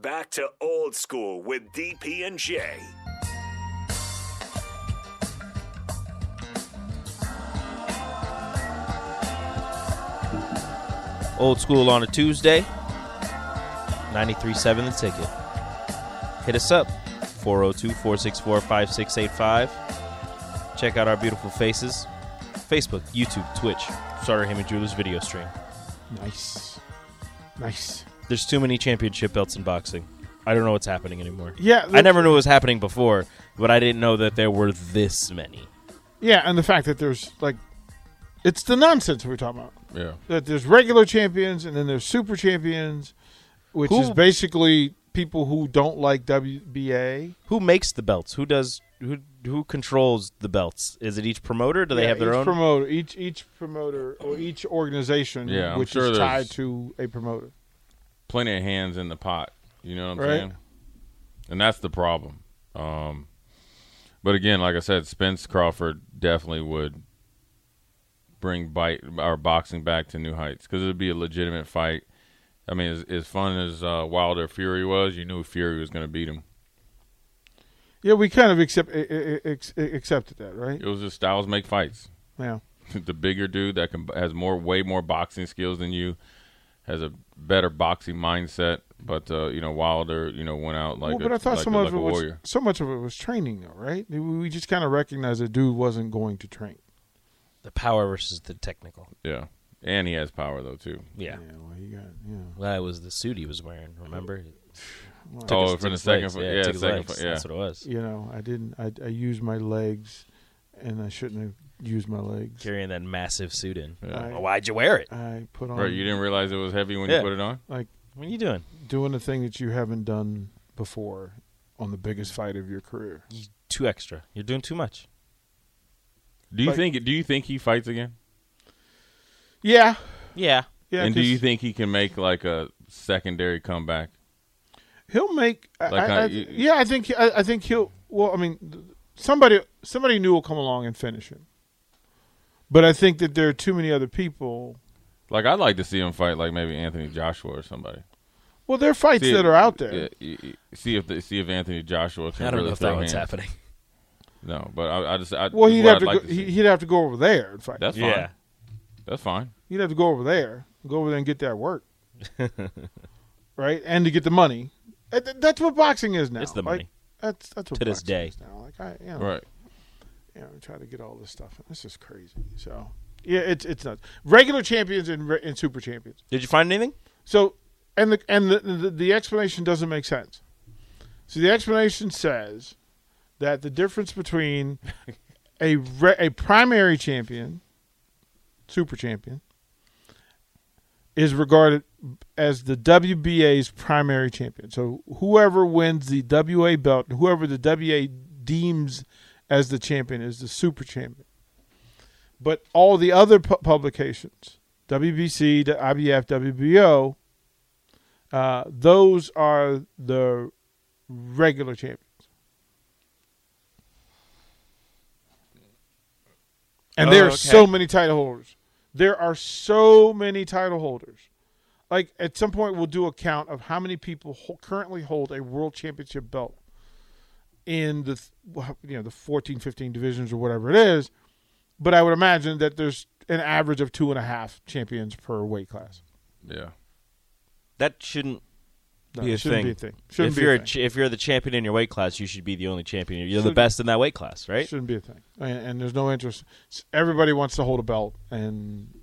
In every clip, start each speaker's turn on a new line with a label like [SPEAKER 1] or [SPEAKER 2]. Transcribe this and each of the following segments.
[SPEAKER 1] Back to old school with DP and J.
[SPEAKER 2] Old school on a Tuesday. 93.7 The Ticket. Hit us up. 402 464 5685. Check out our beautiful faces. Facebook, YouTube, Twitch. Starter Heyman Jewelers video stream.
[SPEAKER 3] Nice. Nice.
[SPEAKER 2] There's too many championship belts in boxing. I don't know what's happening anymore.
[SPEAKER 3] Yeah,
[SPEAKER 2] I never knew what was happening before, but I didn't know that there were this many.
[SPEAKER 3] Yeah, and the fact that there's like it's the nonsense we're talking about.
[SPEAKER 4] Yeah.
[SPEAKER 3] That there's regular champions and then there's super champions, which
[SPEAKER 2] Who-
[SPEAKER 3] is basically people who don't like WBA.
[SPEAKER 2] Who makes the belts? Who does who who controls the belts? Is it each promoter? Do they
[SPEAKER 3] Yeah,
[SPEAKER 2] have their
[SPEAKER 3] each
[SPEAKER 2] own?
[SPEAKER 3] promoter? Each each promoter or each organization,
[SPEAKER 4] Yeah, I'm
[SPEAKER 3] which
[SPEAKER 4] sure
[SPEAKER 3] is
[SPEAKER 4] there's-
[SPEAKER 3] tied to a promoter.
[SPEAKER 4] Plenty of hands in the pot. You know what I'm
[SPEAKER 3] Right.
[SPEAKER 4] saying? And that's the problem. Um, but again, like I said, Spence Crawford definitely would bring bite our boxing back to new heights because it'd be a legitimate fight. I mean, as, as fun as uh, Wilder Fury was, you knew Fury was going to beat him.
[SPEAKER 3] Yeah, we kind of accept i- i- i- ex- accepted that, right?
[SPEAKER 4] It was just styles make fights.
[SPEAKER 3] Yeah.
[SPEAKER 4] the bigger dude that can has more way more boxing skills than you has a better boxing mindset but uh, you know wilder you know went out like
[SPEAKER 3] well, but
[SPEAKER 4] a,
[SPEAKER 3] I thought
[SPEAKER 4] like
[SPEAKER 3] so
[SPEAKER 4] a,
[SPEAKER 3] much
[SPEAKER 4] like
[SPEAKER 3] of
[SPEAKER 4] a
[SPEAKER 3] it was
[SPEAKER 4] warrior
[SPEAKER 3] so much of it was training, though, right? We- We just kind of recognized the dude wasn't going to train.
[SPEAKER 2] The power versus the technical.
[SPEAKER 4] yeah and he has power though too
[SPEAKER 2] Yeah.
[SPEAKER 3] Yeah, well, he got yeah.
[SPEAKER 2] That was the suit he was wearing. Remember? Took
[SPEAKER 4] oh
[SPEAKER 2] his- took
[SPEAKER 4] from the
[SPEAKER 2] his
[SPEAKER 4] second
[SPEAKER 2] legs.
[SPEAKER 4] fight
[SPEAKER 2] yeah,
[SPEAKER 4] yeah,
[SPEAKER 2] took his
[SPEAKER 4] second
[SPEAKER 2] legs.
[SPEAKER 4] fight, yeah.
[SPEAKER 2] That's what it was.
[SPEAKER 3] you know, I didn't. I, I used my legs, and I shouldn't have used my legs.
[SPEAKER 2] Carrying that massive suit in.
[SPEAKER 3] I-
[SPEAKER 2] Well, why'd you wear it?
[SPEAKER 3] I put on
[SPEAKER 4] right you didn't realize it was heavy when
[SPEAKER 2] Yeah.
[SPEAKER 4] you put it on
[SPEAKER 3] like
[SPEAKER 2] What are you doing?
[SPEAKER 3] doing a thing that you haven't done before on the biggest fight of your career.
[SPEAKER 2] You, too extra. You're doing too much.
[SPEAKER 4] do you
[SPEAKER 3] Like-
[SPEAKER 4] think do you think he fights again
[SPEAKER 3] Yeah,
[SPEAKER 2] Yeah.
[SPEAKER 3] yeah.
[SPEAKER 4] and do
[SPEAKER 3] 'cause
[SPEAKER 4] you think he can make like a secondary comeback
[SPEAKER 3] he'll make? I-
[SPEAKER 4] Like
[SPEAKER 3] I-
[SPEAKER 4] how
[SPEAKER 3] I-
[SPEAKER 4] you-
[SPEAKER 3] yeah, I think. I, I think he'll. Well, I mean, th- somebody somebody new will come along and finish him. But I think that there are too many other people.
[SPEAKER 4] like i'd like to see him fight like maybe anthony joshua or somebody
[SPEAKER 3] Well, there are fights
[SPEAKER 4] See
[SPEAKER 3] that
[SPEAKER 4] if-
[SPEAKER 3] are out there.
[SPEAKER 4] yeah, y- y- see if the, see if anthony joshua can
[SPEAKER 2] I don't
[SPEAKER 4] really
[SPEAKER 2] know if
[SPEAKER 4] throw
[SPEAKER 2] that one's
[SPEAKER 4] hands.
[SPEAKER 2] happening.
[SPEAKER 4] No, but I, I just I,
[SPEAKER 3] Well,
[SPEAKER 4] this is
[SPEAKER 3] he'd
[SPEAKER 4] what
[SPEAKER 3] have
[SPEAKER 4] I'd
[SPEAKER 3] to.
[SPEAKER 4] like
[SPEAKER 3] go,
[SPEAKER 4] to see.
[SPEAKER 3] he- he'd have to go over there and fight.
[SPEAKER 4] That's fine.
[SPEAKER 2] Yeah.
[SPEAKER 4] That's fine.
[SPEAKER 3] You'd have to go over there, go over there and get that work, right? And to get the money. That- that- That's what boxing is now.
[SPEAKER 2] It's the
[SPEAKER 3] Like,
[SPEAKER 2] money.
[SPEAKER 3] that's that's what
[SPEAKER 2] To this
[SPEAKER 3] boxing
[SPEAKER 2] day.
[SPEAKER 3] is now. Like I, you
[SPEAKER 2] Oh.
[SPEAKER 3] know,
[SPEAKER 4] Right.
[SPEAKER 3] you know, try to get all this stuff. This is crazy. So yeah, it's it's nuts. Regular champions and re- and super champions.
[SPEAKER 2] Did you find anything?
[SPEAKER 3] So and the and the, the the explanation doesn't make sense. So the explanation says that the difference between a re- a primary champion, super champion, is regarded as the WBA's primary champion. So whoever wins the WA belt, whoever the WA deems as the champion is the super champion. But all the other pu- publications, WBC, the IBF, WBO, uh, those are the regular champions. And there are so many title holders. There are so many title holders. Like at some point, we'll do a count of how many people ho- currently hold a world championship belt in the th- you know the 14, 15 divisions or whatever it is. But I would imagine that there's an average of two and a half champions per weight class.
[SPEAKER 4] Yeah.
[SPEAKER 2] That shouldn't
[SPEAKER 3] No,
[SPEAKER 2] be, a
[SPEAKER 3] it shouldn't
[SPEAKER 2] thing.
[SPEAKER 3] be a thing. Shouldn't
[SPEAKER 2] if
[SPEAKER 3] be
[SPEAKER 2] you're
[SPEAKER 3] a
[SPEAKER 2] a
[SPEAKER 3] thing.
[SPEAKER 2] ch- if you're the champion in your weight class, you should be the only champion. You're the
[SPEAKER 3] Should-
[SPEAKER 2] best in that weight class, right?
[SPEAKER 3] Shouldn't be a thing. And, and there's no interest. S- Everybody wants to hold a belt, and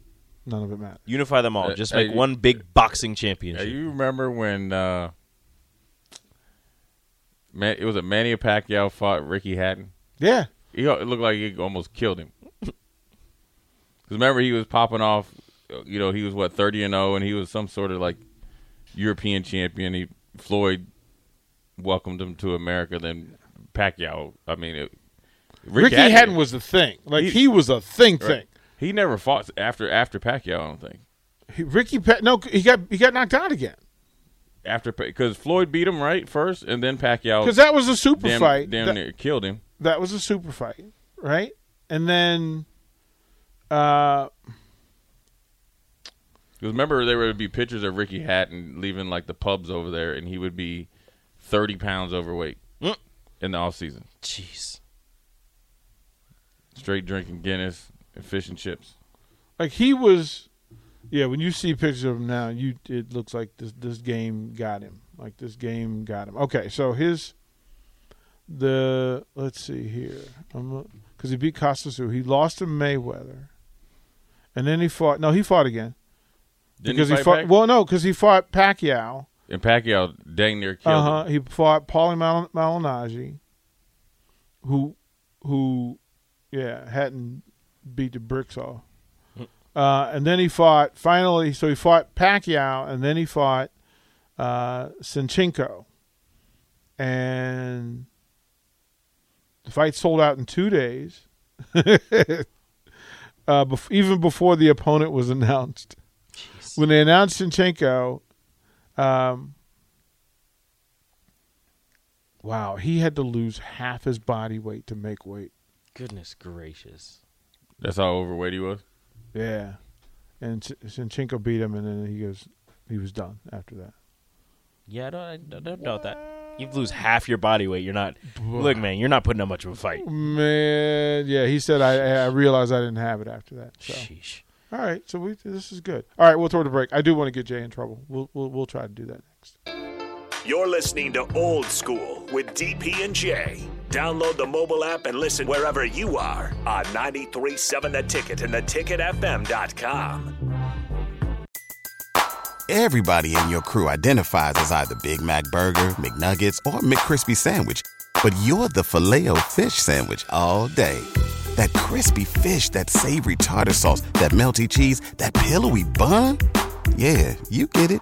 [SPEAKER 3] none of it matters.
[SPEAKER 2] Unify them all.
[SPEAKER 4] Uh,
[SPEAKER 2] Just
[SPEAKER 4] uh,
[SPEAKER 2] make
[SPEAKER 4] you-
[SPEAKER 2] one big boxing
[SPEAKER 4] Yeah.
[SPEAKER 2] championship.
[SPEAKER 4] You remember when uh, man, it was a Manny Pacquiao fought Ricky Hatton.
[SPEAKER 3] Yeah.
[SPEAKER 4] He al- it looked like he almost killed him. Because remember he was popping off. uh, You know he was what oh, thirty and zero, and he was some sort of like European champion. He Floyd welcomed him to America than Pacquiao. I mean, it,
[SPEAKER 3] Ricky
[SPEAKER 4] Hatton-
[SPEAKER 3] Hatton was a thing. Like he, was a thing thing.
[SPEAKER 4] He never fought after after Pacquiao. I don't think
[SPEAKER 3] He, Ricky Pat no he got he got knocked out again.
[SPEAKER 4] after because Floyd beat him right first, and then
[SPEAKER 2] Oh.
[SPEAKER 4] Pacquiao
[SPEAKER 3] Cuz that was a super
[SPEAKER 4] damn,
[SPEAKER 3] fight.
[SPEAKER 4] damn
[SPEAKER 3] That-
[SPEAKER 4] near killed him.
[SPEAKER 3] that was a super fight, right? And then, uh,
[SPEAKER 4] Because remember, there would be pictures of Ricky Hatton leaving like the pubs over there, and he would be thirty pounds overweight mm, in the off season,
[SPEAKER 2] Jeez.
[SPEAKER 4] straight drinking Guinness and fish and chips.
[SPEAKER 3] like he was, yeah. When you see pictures of him now, you it looks like this this game got him. Like this game got him. Okay, so his the let's see here, because he beat Costas, who he lost to Mayweather, and then he fought. No, he fought again
[SPEAKER 4] Didn't
[SPEAKER 3] because he,
[SPEAKER 4] fight
[SPEAKER 3] fought.
[SPEAKER 4] Pac-
[SPEAKER 3] Well, no, because he fought Pacquiao.
[SPEAKER 4] and Pacquiao dang near killed
[SPEAKER 3] Uh huh.
[SPEAKER 4] him.
[SPEAKER 3] He fought Paulie Mal- Malignaggi, who, who, yeah, hadn't beat the bricks off. Uh, and then he fought finally. So he fought Pacquiao, and then he fought uh, Sinchenko, and the fight sold out in two days. uh, bef- even before the opponent was announced, when they announced Sinchenko, um, Wow, he had to lose half his body weight to make weight.
[SPEAKER 2] Goodness gracious.
[SPEAKER 4] That's how overweight he was.
[SPEAKER 3] Yeah, and S- Sinchenko beat him, and then he goes, he was done after that.
[SPEAKER 2] Yeah, I don't, I don't doubt that. You lose half your body weight. You're not. Look, man, you're not putting up much of a fight.
[SPEAKER 3] Man, yeah, he said I, I realized I didn't have it after that. So
[SPEAKER 2] Sheesh.
[SPEAKER 3] all right, so we this is good. All right, we'll throw the break. I do want to get Jay in trouble. We'll we'll, we'll try to do that next.
[SPEAKER 1] You're listening to Old School with DP and J. Download the mobile app and listen wherever you are on 937 the ticket and theticketfm.com.
[SPEAKER 5] Everybody in your crew identifies as either Big Mac Burger, McNuggets, or McCrispy Sandwich. But you're the filet fish Sandwich all day. That crispy fish, that savory tartar sauce, that melty cheese, that pillowy bun. Yeah, you get it.